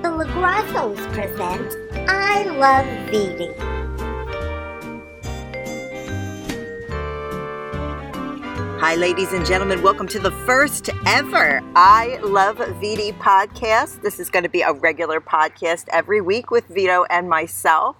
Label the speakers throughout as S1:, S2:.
S1: Grottos present I Love Reading.
S2: Hi, ladies and gentlemen. Welcome to the first ever I Love VD podcast. This is going to be a regular podcast every week with Vito and myself.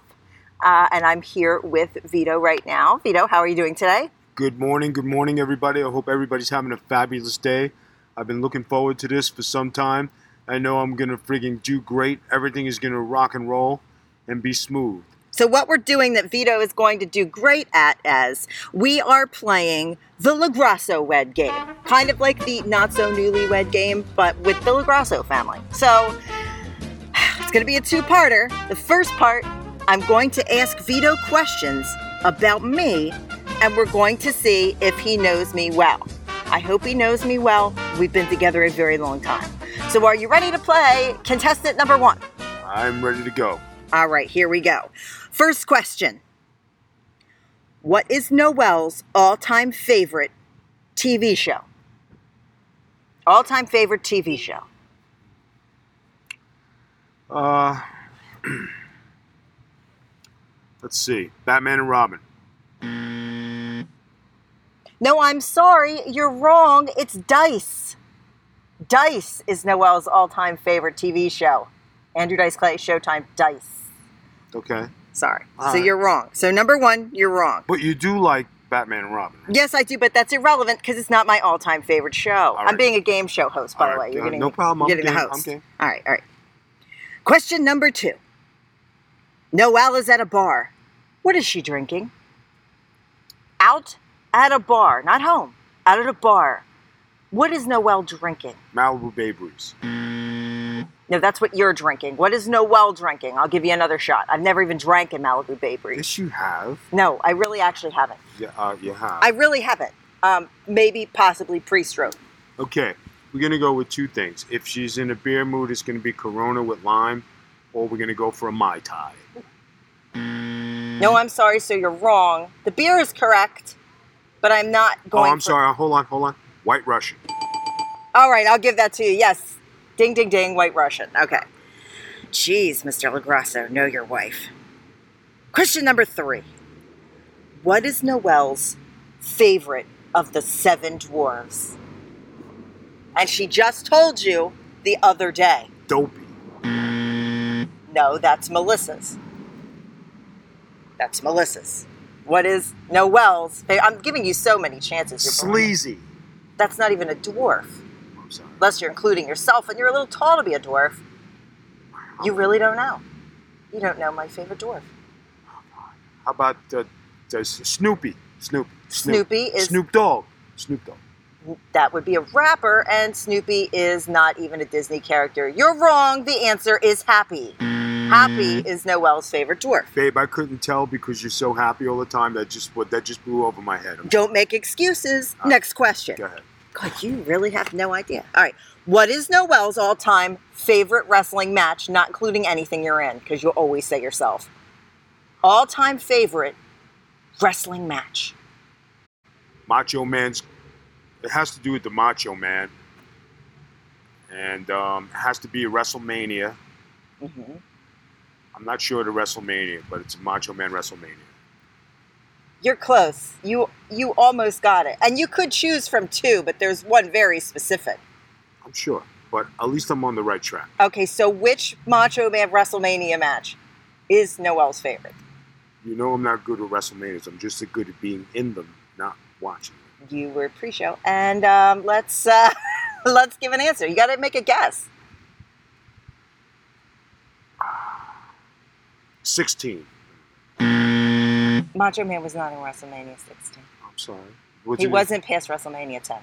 S2: Uh, and I'm here with Vito right now. Vito, how are you doing today?
S3: Good morning, good morning, everybody. I hope everybody's having a fabulous day. I've been looking forward to this for some time. I know I'm gonna friggin' do great. Everything is gonna rock and roll and be smooth.
S2: So, what we're doing that Vito is going to do great at as we are playing the LaGrasso Wed game, kind of like the not so newlywed game, but with the LaGrasso family. So, it's going to be a two parter. The first part, I'm going to ask Vito questions about me, and we're going to see if he knows me well. I hope he knows me well. We've been together a very long time. So, are you ready to play contestant number one?
S3: I'm ready to go.
S2: All right, here we go. First question What is Noel's all time favorite TV show? All time favorite TV show.
S3: Uh, let's see. Batman and Robin.
S2: No, I'm sorry, you're wrong. It's Dice. Dice is Noel's all time favorite TV show. Andrew Dice Clay, Showtime, Dice.
S3: Okay.
S2: Sorry.
S3: All
S2: so
S3: right.
S2: you're wrong. So, number one, you're wrong.
S3: But you do like Batman and Robin. right?
S2: Yes, I do, but that's irrelevant because it's not my all-time favorite show. I'm
S3: right.
S2: being a game show host, by
S3: All
S2: the
S3: right,
S2: way. You're
S3: uh,
S2: getting
S3: no problem. I'm
S2: You're getting
S3: game.
S2: the host.
S3: I'm game.
S2: All right, all right. Question number two. Noelle is at a bar. What is she drinking? Out at a bar, not home. Out at a bar. What is Noelle drinking?
S3: Malibu Bay Breeze.
S2: No, that's what you're drinking. What is Noelle drinking? I'll give you another shot. I've never even drank in Malibu Bay Breeze.
S3: Yes, you have.
S2: No, I really actually haven't.
S3: Yeah, uh, you have.
S2: I really haven't. Um, maybe, possibly pre-stroke.
S3: Okay, we're gonna go with two things. If she's in a beer mood, it's gonna be Corona with lime, or we're gonna go for a mai tai. Mm.
S2: No, I'm sorry, so you're wrong. The beer is correct, but I'm not
S3: Oh,
S2: going.
S3: I'm
S2: for-
S3: sorry. Hold on, hold on. White Russian.
S2: All right, I'll give that to you. Yes. Ding, ding, ding, white Russian. Okay. Jeez, Mr. LaGrasso, know your wife. Question number three What is Noelle's favorite of the seven dwarves? And she just told you the other day.
S3: Dopey.
S2: No, that's Melissa's. That's Melissa's. What is Noelle's? fa- I'm giving you so many chances. You're blind.
S3: Sleazy.
S2: That's not even a dwarf,
S3: I'm sorry.
S2: unless you're including yourself, and you're a little tall to be a dwarf. You really don't know. You don't know my favorite dwarf.
S3: How about uh, uh, Snoopy? Snoopy. Snoop.
S2: Snoopy is
S3: Snoop Dogg. Snoop Dogg.
S2: that would be a rapper, and Snoopy is not even a Disney character. You're wrong. The answer is Happy. Happy
S3: Mm.
S2: is Noelle's favorite dwarf.
S3: Babe, I couldn't tell because you're so happy all the time. That just what that just blew over my head. I'm-
S2: Don't make excuses.
S3: Uh,
S2: Next question.
S3: Go ahead.
S2: God, you really have no idea. All right. What is Noel's all time favorite wrestling match, not including anything you're in, because you'll always say yourself? All time favorite wrestling match.
S3: Macho Man's. It has to do with the Macho Man, and um, it has to be a WrestleMania.
S2: Mm-hmm.
S3: I'm not sure of the WrestleMania, but it's a Macho Man WrestleMania.
S2: You're close. You you almost got it. And you could choose from two, but there's one very specific.
S3: I'm sure, but at least I'm on the right track.
S2: Okay, so which Macho Man WrestleMania match is Noel's favorite?
S3: You know I'm not good at WrestleManias. I'm just good at being in them, not watching.
S2: You were pre-show, and um, let's uh, let's give an answer. You got to make a guess.
S3: 16.
S2: Macho Man was not in WrestleMania 16.
S3: I'm sorry. What's
S2: He
S3: it-
S2: wasn't past WrestleMania 10.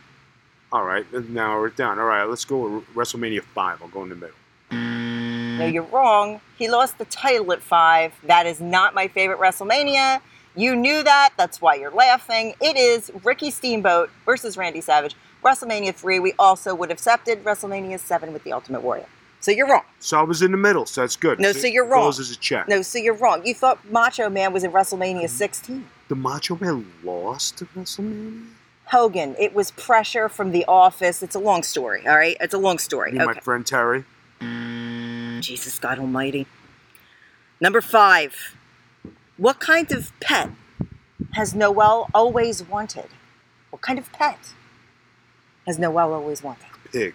S3: All right, let's narrow it down. All right, let's go with WrestleMania 5. I'll go in the middle.
S2: No, you're wrong. He lost the title at 5. That is not my favorite WrestleMania. You knew that. That's why you're laughing. It is Ricky Steamboat versus Randy Savage. WrestleMania 3, we also would have accepted. WrestleMania 7 with the Ultimate Warrior. So you're wrong.
S3: So I was in the middle, so that's good.
S2: No,
S3: See,
S2: so you're
S3: it
S2: wrong.
S3: Goes as a check.
S2: No, so you're wrong. You thought Macho Man was in WrestleMania 16.
S3: The Macho Man lost to WrestleMania?
S2: Hogan, it was pressure from the office. It's a long story, all right? It's a long story.
S3: You, my
S2: Okay.
S3: friend Terry?
S2: Jesus God Almighty. Number five, what kind of pet has Noel always wanted? What kind of pet has Noel always wanted?
S3: Pig.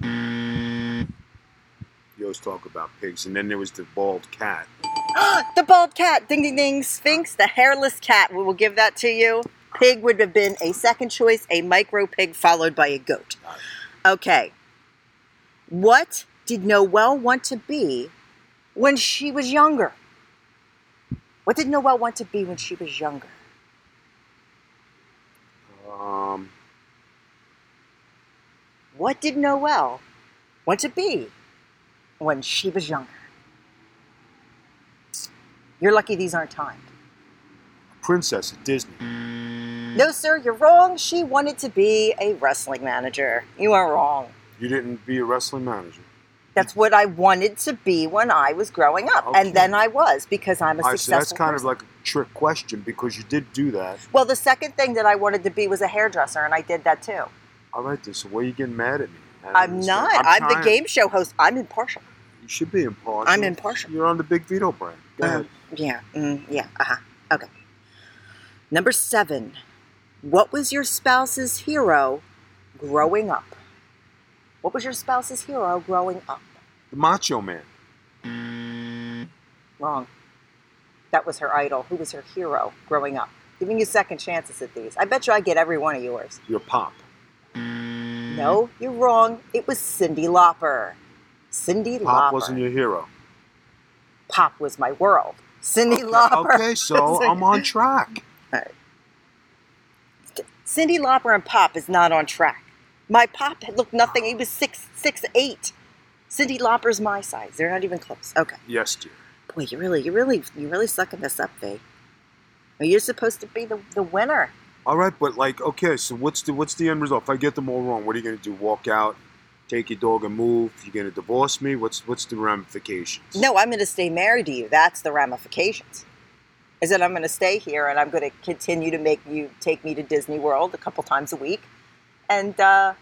S3: You always talk about pigs, and then there was the bald cat.
S2: the bald cat, ding ding ding, Sphinx, the hairless cat. We will give that to you. Pig would have been a second choice, a micro pig followed by a goat. Okay. What did Noelle want to be when she was younger? What did Noelle want to be when she was younger?
S3: Um,
S2: What did Noelle want to be when she was younger? You're lucky these aren't timed.
S3: princess at Disney. Mm.
S2: No, sir, you're wrong. She wanted to be a wrestling manager. You are wrong.
S3: You didn't be a wrestling manager.
S2: That's what I wanted to be when I was growing up.
S3: Okay.
S2: And then I was because I'm a
S3: All right, so
S2: successful
S3: that's kind
S2: person.
S3: of like a trick question because you did do that.
S2: Well, the second thing that I wanted to be was a hairdresser, and I did that too.
S3: Oh, All right, then, so why are you getting mad at me? I don't
S2: I'm
S3: understand.
S2: not. I'm, the
S3: trying.
S2: game show host. I'm impartial.
S3: You should be impartial.
S2: I'm impartial.
S3: You're on the Big Vito brand. Go ahead.
S2: Um, yeah. Mm, yeah. Uh huh. Okay. Number seven. What was your spouse's hero growing up? What was your spouse's hero growing up?
S3: The Macho Man.
S2: Wrong. That was her idol. Who was her hero growing up? Giving you second chances at these. I bet you I get every one of yours.
S3: Your pop. Mm-hmm.
S2: No, you're wrong. It was Cindy Lauper. Cindy
S3: Pop
S2: Lauper.
S3: wasn't your hero.
S2: Pop was my world. Cindy Lauper.
S3: Okay, so I'm on track.
S2: Cindy Lauper and Pop is not on track. My Pop had looked nothing. He was six six eight. Cindy Lauper's my size. They're not even close. Okay.
S3: Yes, dear.
S2: Boy, you really, you really, you really sucking this up, V. You're supposed to be the, the winner.
S3: All right, but like, okay, so what's the what's the end result? If I get them all wrong, what are you gonna do? Walk out, take your dog and move? You're gonna divorce me? What's what's the ramifications?
S2: No, I'm going to stay married to you. That's the ramifications. Is that I'm going to stay here and I'm going to continue to make you take me to Disney World a couple times a week, and uh,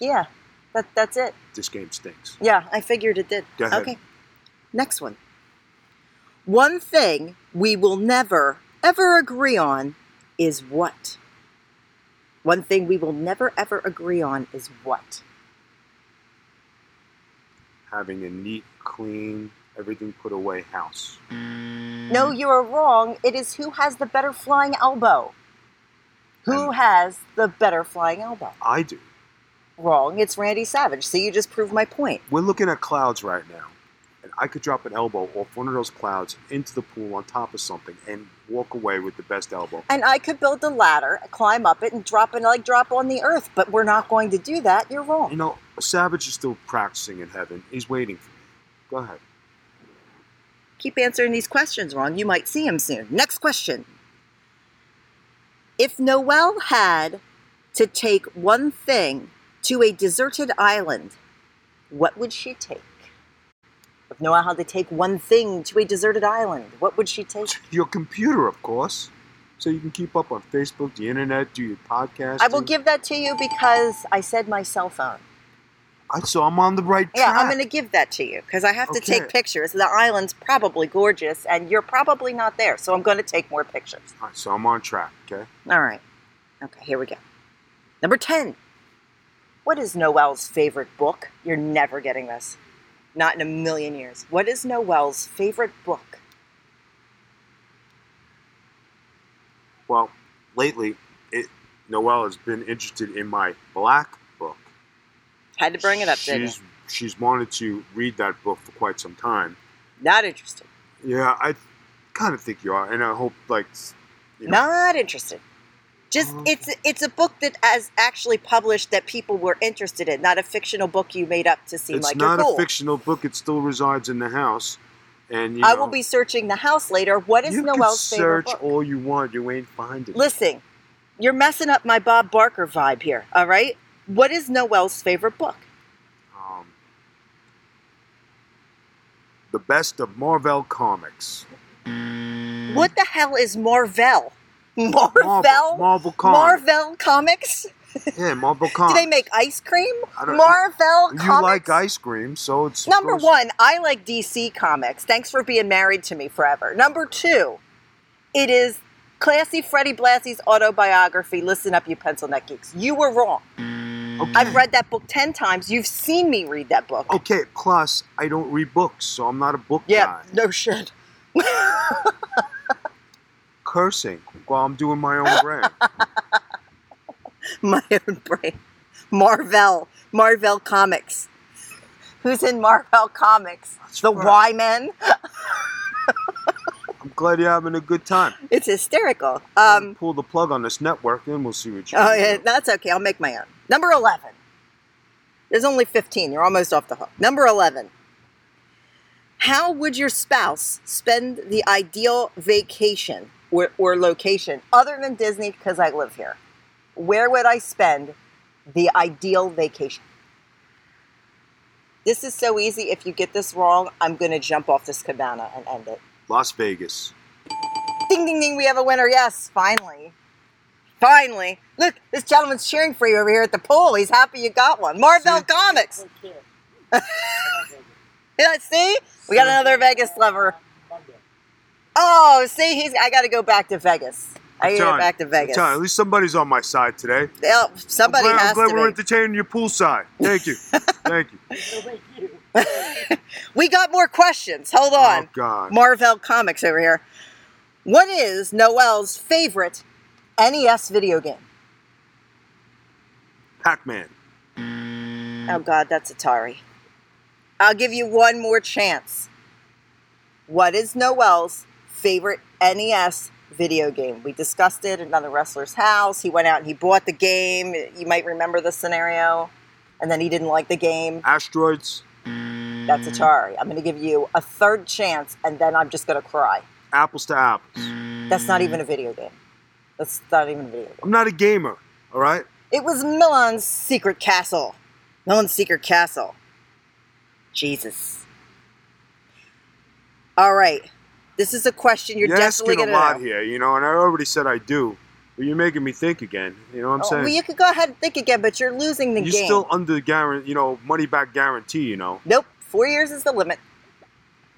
S2: yeah, that that's it.
S3: This game stinks.
S2: Yeah, I figured it did.
S3: Go ahead.
S2: Okay, next one. One thing we will never ever agree on is what. One thing we will never ever agree on is what.
S3: Having a neat, clean, everything put away house. Mm.
S2: No, you are wrong. It is who has the better flying elbow. Who
S3: And-
S2: has the better flying elbow?
S3: I do.
S2: Wrong. It's Randy Savage. See, you just proved my point.
S3: We're looking at clouds right now, and I could drop an elbow off one of those clouds into the pool on top of something and walk away with the best elbow.
S2: And I could build a ladder, climb up it, and drop it like drop on the earth. But we're not going to do that. You're
S3: You
S2: wrong.
S3: know, Savage is still practicing in heaven. He's waiting for me. Go ahead.
S2: Keep answering these questions wrong. You might see him soon. Next question. If Noel had to take one thing to a deserted island, what would she take? If Noel had to take one thing to a deserted island, what would she take?
S3: Your computer, of course. So you can keep up on Facebook, the internet, do your podcast.
S2: I will give that to you because I said my cell phone.
S3: I, so I'm on the right
S2: Yeah,
S3: track.
S2: I'm going to give that to you because I have to take
S3: Okay.
S2: pictures. The island's probably gorgeous, and you're probably not there, so I'm going to take more pictures.
S3: All right, so I'm on track, okay?
S2: All right. Okay, here we go. Number 10. What is Noel's favorite book? You're never getting this. Not in a million years. What is Noel's favorite book?
S3: Well, lately, it, Noelle has been interested in my black book.
S2: Had to bring it up, didn't you?
S3: she's, she's wanted to read that book for quite some time.
S2: Not interested.
S3: Yeah, I kind of think you are, and I hope, like, you know,
S2: Not interested. Just
S3: Oh, okay.
S2: it's it's a book that as actually published that people were interested in, not a fictional book you made up to seem
S3: it's
S2: like
S3: not
S2: you're cool.
S3: a fictional book. It still resides in the house, and you
S2: I
S3: know,
S2: will be searching the house later. What is
S3: you can
S2: Noel's favorite
S3: search
S2: book?
S3: all you want. You ain't finding. it.
S2: Listen, you're messing up my Bob Barker vibe here, all right? What is Noel's favorite book?
S3: Um, the best of Marvel comics. Mm.
S2: What the hell is Marvel? Marvel?
S3: Marvel, Marvel comics.
S2: Marvel Comics?
S3: Yeah, Marlboro Con.
S2: Do they make ice cream?
S3: I don't-
S2: Marvel
S3: you
S2: comics.
S3: like ice cream, so it's
S2: Number
S3: supposed-
S2: one, I like DC comics. Thanks for being married to me forever. Number two, it is classy Freddie Blassie's autobiography. Listen up, you pencil neck geeks. You were wrong.
S3: Okay.
S2: I've read that book ten times. You've seen me read that book.
S3: Okay, plus I don't read books, so I'm not a book
S2: yeah,
S3: guy.
S2: no shit.
S3: Cursing while I'm doing my own brand.
S2: My own brain. Marvel, Marvel Comics. Who's in Marvel Comics? the Y
S3: right.
S2: Men.
S3: I'm glad you're having a good time.
S2: It's hysterical.
S3: Um,
S2: Um,
S3: pull the plug on this network, and we'll see what you.
S2: oh,
S3: can do.
S2: yeah, that's okay. I'll make my own. Number 11. There's only 15. You're almost off the hook. Number 11. How would your spouse spend the ideal vacation or, or location other than Disney because I live here? Where would I spend the ideal vacation? This is so easy. If you get this wrong, I'm going to jump off this cabana and end it.
S3: Las Vegas.
S2: Ding, ding, ding, we have a winner. Yes, finally. Finally. Look, this gentleman's cheering for you over here at the pool. He's happy you got one. Marvel
S3: See?
S2: Comics. Yeah, see? We got another Vegas lover. Oh, see, he's. I got to go back to Vegas. I got to go
S3: Time.
S2: back to Vegas.
S3: Time. At least somebody's on my side today.
S2: Yeah, somebody
S3: I'm glad, I'm
S2: has
S3: glad
S2: to
S3: we're
S2: be.
S3: entertaining your poolside. Thank you. Thank you.
S2: we got more questions. Hold on.
S3: Oh God.
S2: Marvel Comics over here. What is Noel's favorite NES video game?
S3: Pac-Man.
S2: Oh God, that's Atari. I'll give you one more chance. What is Noel's favorite NES video game? We discussed it in another wrestler's house. He went out and he bought the game. You might remember the scenario. And then he didn't like the game.
S3: Asteroids.
S2: That's Atari. I'm going to give you a third chance, and then I'm just going to cry.
S3: Apples to apples.
S2: That's not even a video game. That's not even a video game.
S3: I'm not a gamer. All right.
S2: It was Milan's secret castle. Milan's secret castle. Jesus. All right. This is a question you're
S3: You're
S2: definitely
S3: asking a
S2: going to
S3: lot
S2: know.
S3: here, you know, and I already said I do, but you're making me think again. You know what I'm
S2: Oh,
S3: saying?
S2: well, you could go ahead and think again, but you're losing the
S3: you're
S2: game.
S3: still under the guarantee, you know, money back guarantee, you know.
S2: Nope. Four years is the limit.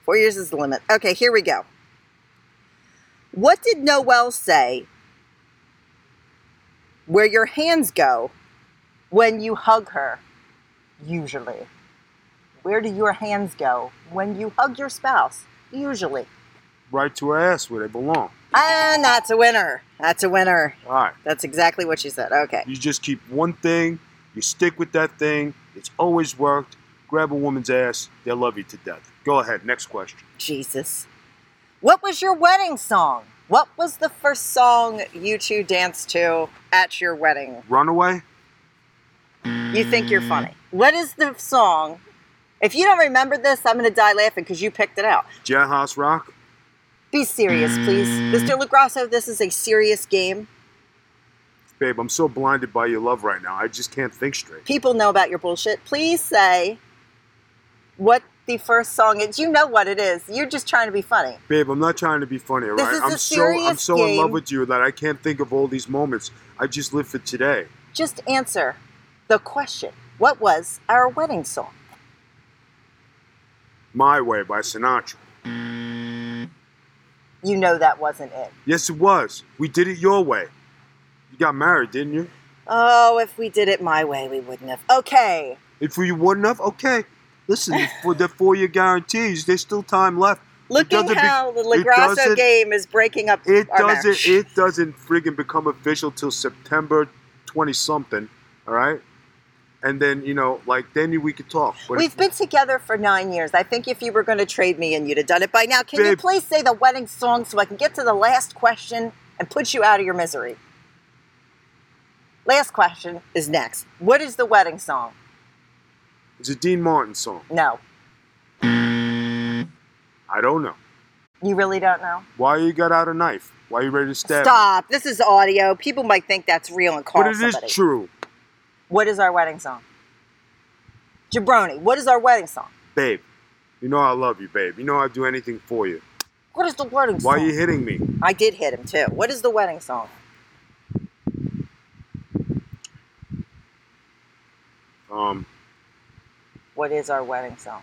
S2: Four years is the limit. Okay, here we go. What did Noel say where your hands go when you hug her? Usually. Where do your hands go when you hug your spouse? Usually.
S3: Right to her ass where they belong.
S2: And that's a winner. That's a winner.
S3: All right.
S2: That's exactly what she said. Okay.
S3: You just keep one thing, you stick with that thing. It's always worked. Grab a woman's ass, they'll love you to death. Go ahead, next question.
S2: Jesus. What was your wedding song? What was the first song you two danced to at your wedding?
S3: Runaway?
S2: You think you're funny. What is the song? If you don't remember this, I'm going to die laughing because you picked it out.
S3: Jailhouse Rock?
S2: Be serious, please. Mr. LaGrasso, this is a serious game.
S3: Babe, I'm so blinded by your love right now. I just can't think straight.
S2: People know about your bullshit. Please say what the first song is. You know what it is. You're just trying to be funny.
S3: Babe, I'm not trying to be funny, all
S2: This
S3: right?
S2: is
S3: I'm
S2: a
S3: so I'm
S2: serious
S3: so in love
S2: game.
S3: with you that I can't think of all these moments. I just live for today.
S2: Just answer the question What was our wedding song?
S3: My Way by Sinatra.
S2: You know that wasn't it.
S3: Yes, it was. We did it your way. You got married, didn't you?
S2: Oh, if we did it my way, we wouldn't have. Okay.
S3: If you wouldn't have, okay. Listen, for the four-year guarantees, there's still time left.
S2: Look at
S3: doesn't be-
S2: how the
S3: it
S2: LaGrasso
S3: doesn't-
S2: game is breaking up.
S3: It
S2: our
S3: doesn't.
S2: marriage.
S3: It doesn't friggin' become official till September twenty something. All right, and then you know, like then we could talk. But
S2: We've
S3: if-
S2: been together for nine years. I think if you were going to trade me and you'd have done it by now, can you
S3: Babe.
S2: please say the wedding song so I can get to the last question and put you out of your misery? Last question is next. What is the wedding song?
S3: it's a Dean Martin song.
S2: No,
S3: I don't know.
S2: you really don't know.
S3: Why you got out a knife? Why you ready to stab? me?
S2: Stop. This is audio. People might think that's real and call
S3: But it is
S2: somebody.
S3: true,
S2: What is our wedding song? Jabroni, what is our wedding song?
S3: babe. You know I love you, babe. You know I'd do anything for you.
S2: What is the wedding
S3: Why
S2: song?
S3: you hitting me?
S2: I did hit him too. What is the wedding song?
S3: Um,
S2: What is our wedding song?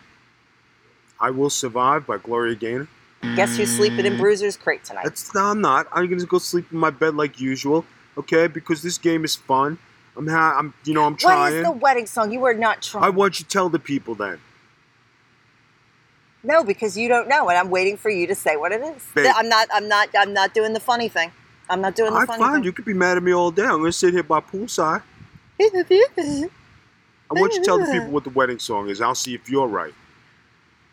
S3: I Will Survive by Gloria Gaynor.
S2: Guess who's sleeping in Bruiser's crate tonight?
S3: Mm. That's no, I'm not. I'm gonna go sleep in my bed like usual, okay? Because this game is fun. I'm ha- I'm you know I'm
S2: What is
S3: trying.
S2: the wedding song? You are not trying.
S3: I want you to tell the people then.
S2: no, because you don't know, and I'm waiting for you to say what it is.
S3: Babe.
S2: I'm not. I'm not. I'm not doing the funny thing. I'm not doing the
S3: I
S2: funny
S3: find
S2: thing.
S3: you could be mad at me all day. I'm gonna sit here by poolside. I want you to tell the people what the wedding song is. I'll see if you're right.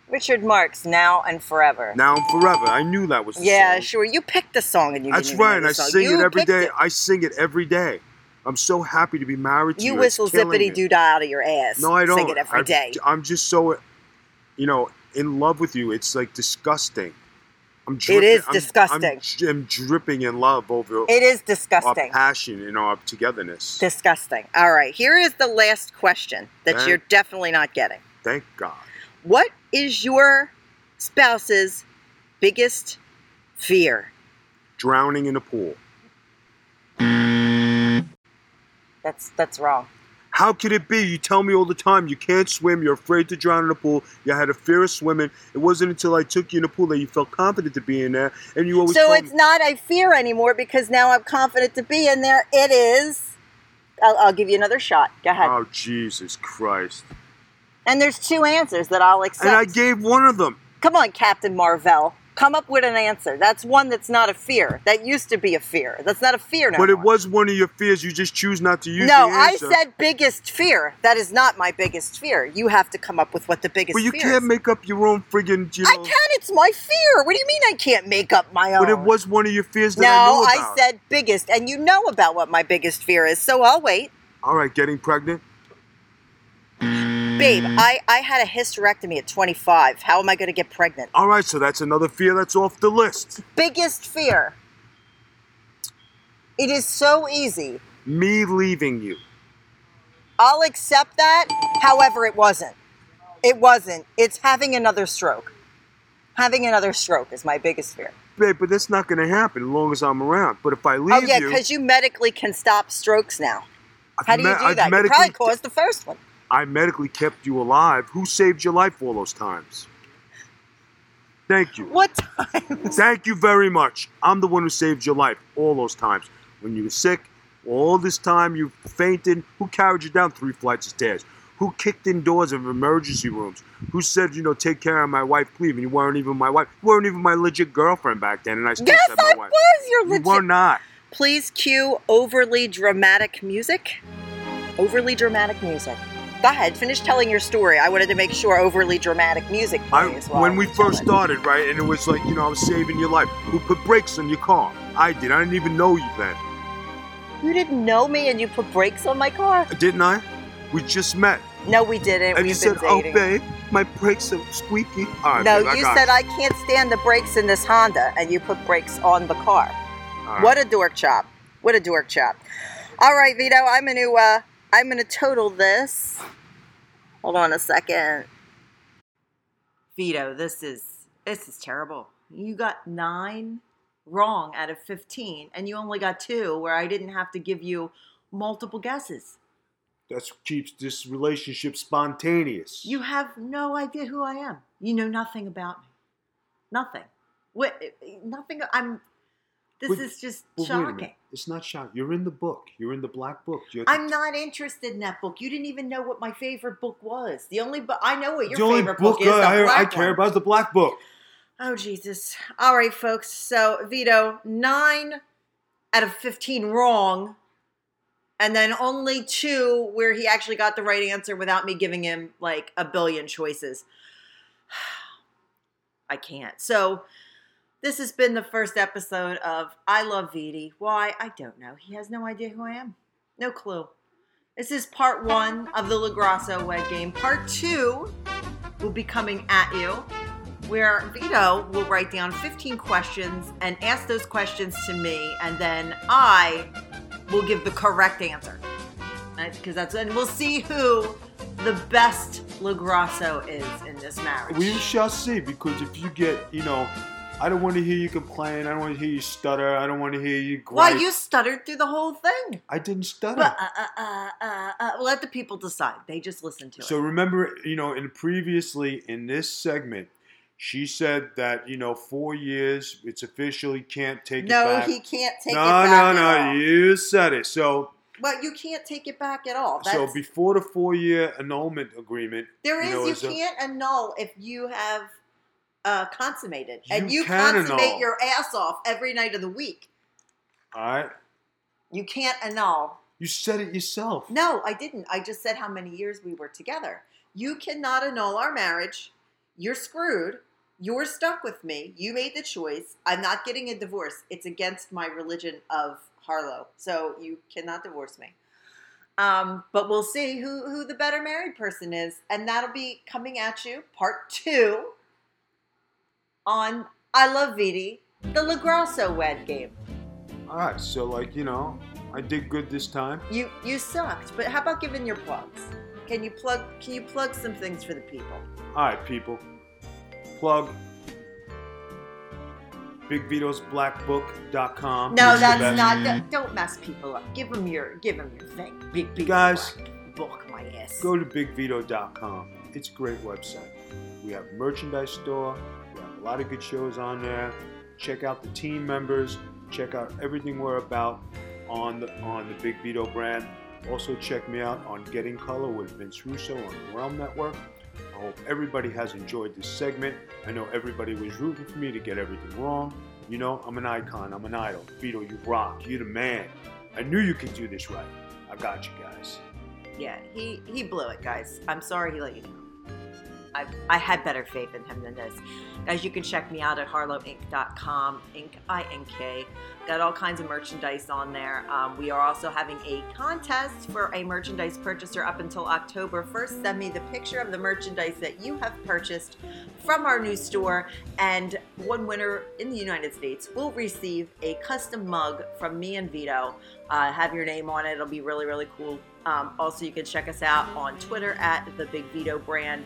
S2: Richard Marks, now and forever.
S3: Now and forever. I knew that was the
S2: yeah,
S3: song.
S2: sure. You picked the song, and you.
S3: That's
S2: didn't even know
S3: right.
S2: the
S3: I
S2: song.
S3: sing
S2: You
S3: it every
S2: picked
S3: day.
S2: it.
S3: I sing it every day. I'm so happy to be married to you.
S2: You
S3: It's
S2: whistle
S3: killing me.
S2: zippity doo dah out of your ass.
S3: No, I don't.
S2: Sing it every
S3: I'm,
S2: day.
S3: I'm just so, you know, in love with you. It's like disgusting. I'm
S2: It
S3: dripping,
S2: is
S3: I'm-
S2: disgusting.
S3: I'm, dri- I'm dripping in love over
S2: It is
S3: our
S2: disgusting.
S3: passion and our togetherness.
S2: Disgusting. All right, here is the last question that
S3: Okay.
S2: you're definitely not getting.
S3: Thank God.
S2: What is your spouse's biggest fear?
S3: Drowning in a pool.
S2: That's that's wrong.
S3: How could it be? You tell me all the time you can't swim, you're afraid to drown in a pool, you had a fear of swimming. It wasn't until I took you in the pool that you felt confident to be in there, and you always
S2: So
S3: told
S2: it's not a fear anymore because now I'm confident to be in there. It is. I'll, I'll give you another shot. Go ahead.
S3: Oh, Jesus Christ.
S2: and there's two answers that I'll accept.
S3: And I gave one of them.
S2: Come on, Captain Marvell. Come up with an answer. That's one that's not a fear. That used to be a fear. That's not a fear now.
S3: But it was one of your fears. You just choose not to use
S2: No,
S3: the
S2: I
S3: answer.
S2: said biggest fear. That is not my biggest fear. You have to come up with what the biggest
S3: But you
S2: fear
S3: can't
S2: is.
S3: make up your own friggin' you know.
S2: I can. It's my fear. What do you mean I can't make up my own?
S3: But it was one of your fears that
S2: No,
S3: I knew
S2: I,
S3: about.
S2: said biggest, and you know about what my biggest fear is, so I'll wait.
S3: All right, getting pregnant.
S2: Babe,
S3: Mm.
S2: I, I had a hysterectomy at 25. How am I going to get pregnant?
S3: All right, so that's another fear that's off the list.
S2: Biggest fear. It is so easy.
S3: Me leaving you.
S2: I'll accept that. However, it wasn't. It wasn't. It's having another stroke. Having another stroke is my biggest fear.
S3: Babe, but that's not gonna happen as long as I'm around. But if I leave
S2: Oh yeah,
S3: you,
S2: because you medically can stop strokes now.
S3: I've
S2: How do you
S3: me-
S2: do
S3: I've
S2: that? You
S3: medically-
S2: probably caused the first one.
S3: I medically kept you alive. Who saved your life all those times? Thank you.
S2: What time?
S3: Thank you very much. I'm the one who saved your life all those times. When you were sick, all this time you fainted. Who carried you down three flights of stairs? Who kicked in doors of emergency rooms? Who said, you know, take care of my wife, please? And you weren't even my wife. You weren't even my legit girlfriend back then, and I still
S2: Yes,
S3: said my
S2: I
S3: wife.
S2: was your legit.
S3: You were not.
S2: Please cue overly dramatic music. Overly dramatic music. Go ahead, finish telling your story. I wanted to make sure overly dramatic music
S3: I,
S2: plays while
S3: when
S2: you
S3: we
S2: tell
S3: first
S2: it.
S3: started, right, and it was like, you know, I was saving your life. Who put brakes on your car? I did. I didn't even know you then.
S2: You didn't know me and you put brakes on my car.
S3: Didn't I? We just met.
S2: No, we didn't.
S3: And
S2: We've
S3: you said,
S2: been
S3: "Oh,
S2: dating.
S3: babe, my brakes are squeaky." All right,
S2: no,
S3: babe, I
S2: you
S3: got
S2: said I can't stand the brakes in this Honda, and you put brakes on the car.
S3: All right.
S2: What a dork chop! What a dork chop! All right, Vito, I'm gonna uh, I'm gonna total this. Hold on a second, Vito. This is this is terrible. You got nine wrong out of fifteen, and you only got two where I didn't have to give you multiple guesses.
S3: That's what keeps this relationship spontaneous.
S2: You have no idea who I am. You know nothing about me. Nothing. What? Nothing. I'm. This
S3: Wait,
S2: is just
S3: Well, wait a minute.
S2: shocking.
S3: It's not shocking. You're in the book. You're in the black book. You're at the-
S2: I'm not interested in that book. You didn't even know what my favorite book was. The only book I know what your
S3: the only
S2: favorite
S3: book,
S2: book, is. the
S3: I, I
S2: black
S3: care
S2: one.
S3: about is the black book.
S2: Oh Jesus! All right, folks. So Vito, nine out of fifteen wrong, and then only two where he actually got the right answer without me giving him like a billion choices. I can't. So this has been the first episode of I Love Viti. Why? I don't know. He has no idea who I am. No clue. This is part one of the LaGrasso wed game. Part two will be coming at you where Vito will write down 15 questions and ask those questions to me, and then I will give the correct answer. Because that's, and we'll see who the best LaGrasso is in this marriage.
S3: We shall see because if you get, you know, I don't want to hear you complain. I don't want to hear you stutter. I don't want to hear you gripe.
S2: Why you stuttered through the whole thing?
S3: I didn't stutter.
S2: But uh, uh, uh, uh, uh, let the people decide. They just listen to
S3: So
S2: it.
S3: remember, you know, in previously in this segment, she said that you know four years it's official. He can't take it
S2: No,
S3: back.
S2: he can't take
S3: no,
S2: it back.
S3: no,
S2: at
S3: no.
S2: all.
S3: You said it. So,
S2: Well, you can't take it back at all. That's,
S3: so before the four-year annulment agreement,
S2: there is
S3: you
S2: you,
S3: know, it's a-
S2: can't annul if you have uh, consummated, and
S3: You
S2: you
S3: can
S2: consummate
S3: annul.
S2: your ass off every night of the week.
S3: all right,
S2: You can't annul.
S3: you said it yourself.
S2: No, I didn't. I just said how many years we were together. You cannot annul our marriage. You're screwed. You're stuck with me. You made the choice. I'm not getting a divorce. It's against my religion of Harlow. So you cannot divorce me. Um, but we'll see who, who the better married person is. And that'll be coming at you, part two, on I Love Vidi, the LaGrasso wed game.
S3: All right, so like you know, I did good this time.
S2: You you sucked, but how about giving your plugs? Can you plug can you plug some things for the people?
S3: All right, people. Plug. BigVitosBlackBook.com.
S2: No,
S3: It's the
S2: that's
S3: best.
S2: not that, don't mess people up. Give them your give them your thing. Big big
S3: Guys,
S2: black book my ass.
S3: Go to bigveto.com. It's a great website. We have merchandise store. We have a lot of good shows on there. Check out the team members. Check out everything we're about on the on the Big Vito brand. Also check me out on Getting Color with Vince Russo on the Realm Network. I hope everybody has enjoyed this segment. I know everybody was rooting for me to get everything wrong. You know, I'm an icon. I'm an idol. Vito, you rock. You're the man. I knew you could do this right. I got you guys.
S2: Yeah, he he blew it, guys. I'm sorry he let you down. I I had better faith in him than this. Guys, you can check me out at harlowinc.com, Inc. I N K. Got all kinds of merchandise on there. Um, we are also having a contest for a merchandise purchaser up until October 1st. Send me the picture of the merchandise that you have purchased from our new store, and one winner in the United States will receive a custom mug from me and Vito. Uh, have your name on it. It'll be really, really cool. Um, also, you can check us out on Twitter at the Big Vito Brand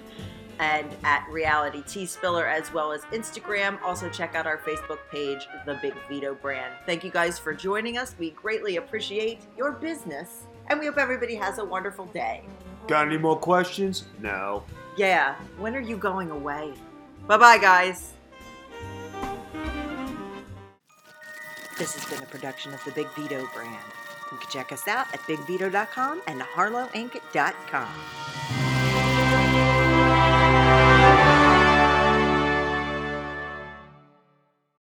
S2: and at Reality Tea Spiller, as well as Instagram. Also, check out our Facebook page, The Big Vito Brand. Thank you guys for joining us. We greatly appreciate your business, and we hope everybody has a wonderful day.
S3: Got any more questions? No.
S2: Yeah, when are you going away? Bye bye, guys. This has been a production of the Big Vito brand. You can check us out at bigvito.com and harlowinc.com.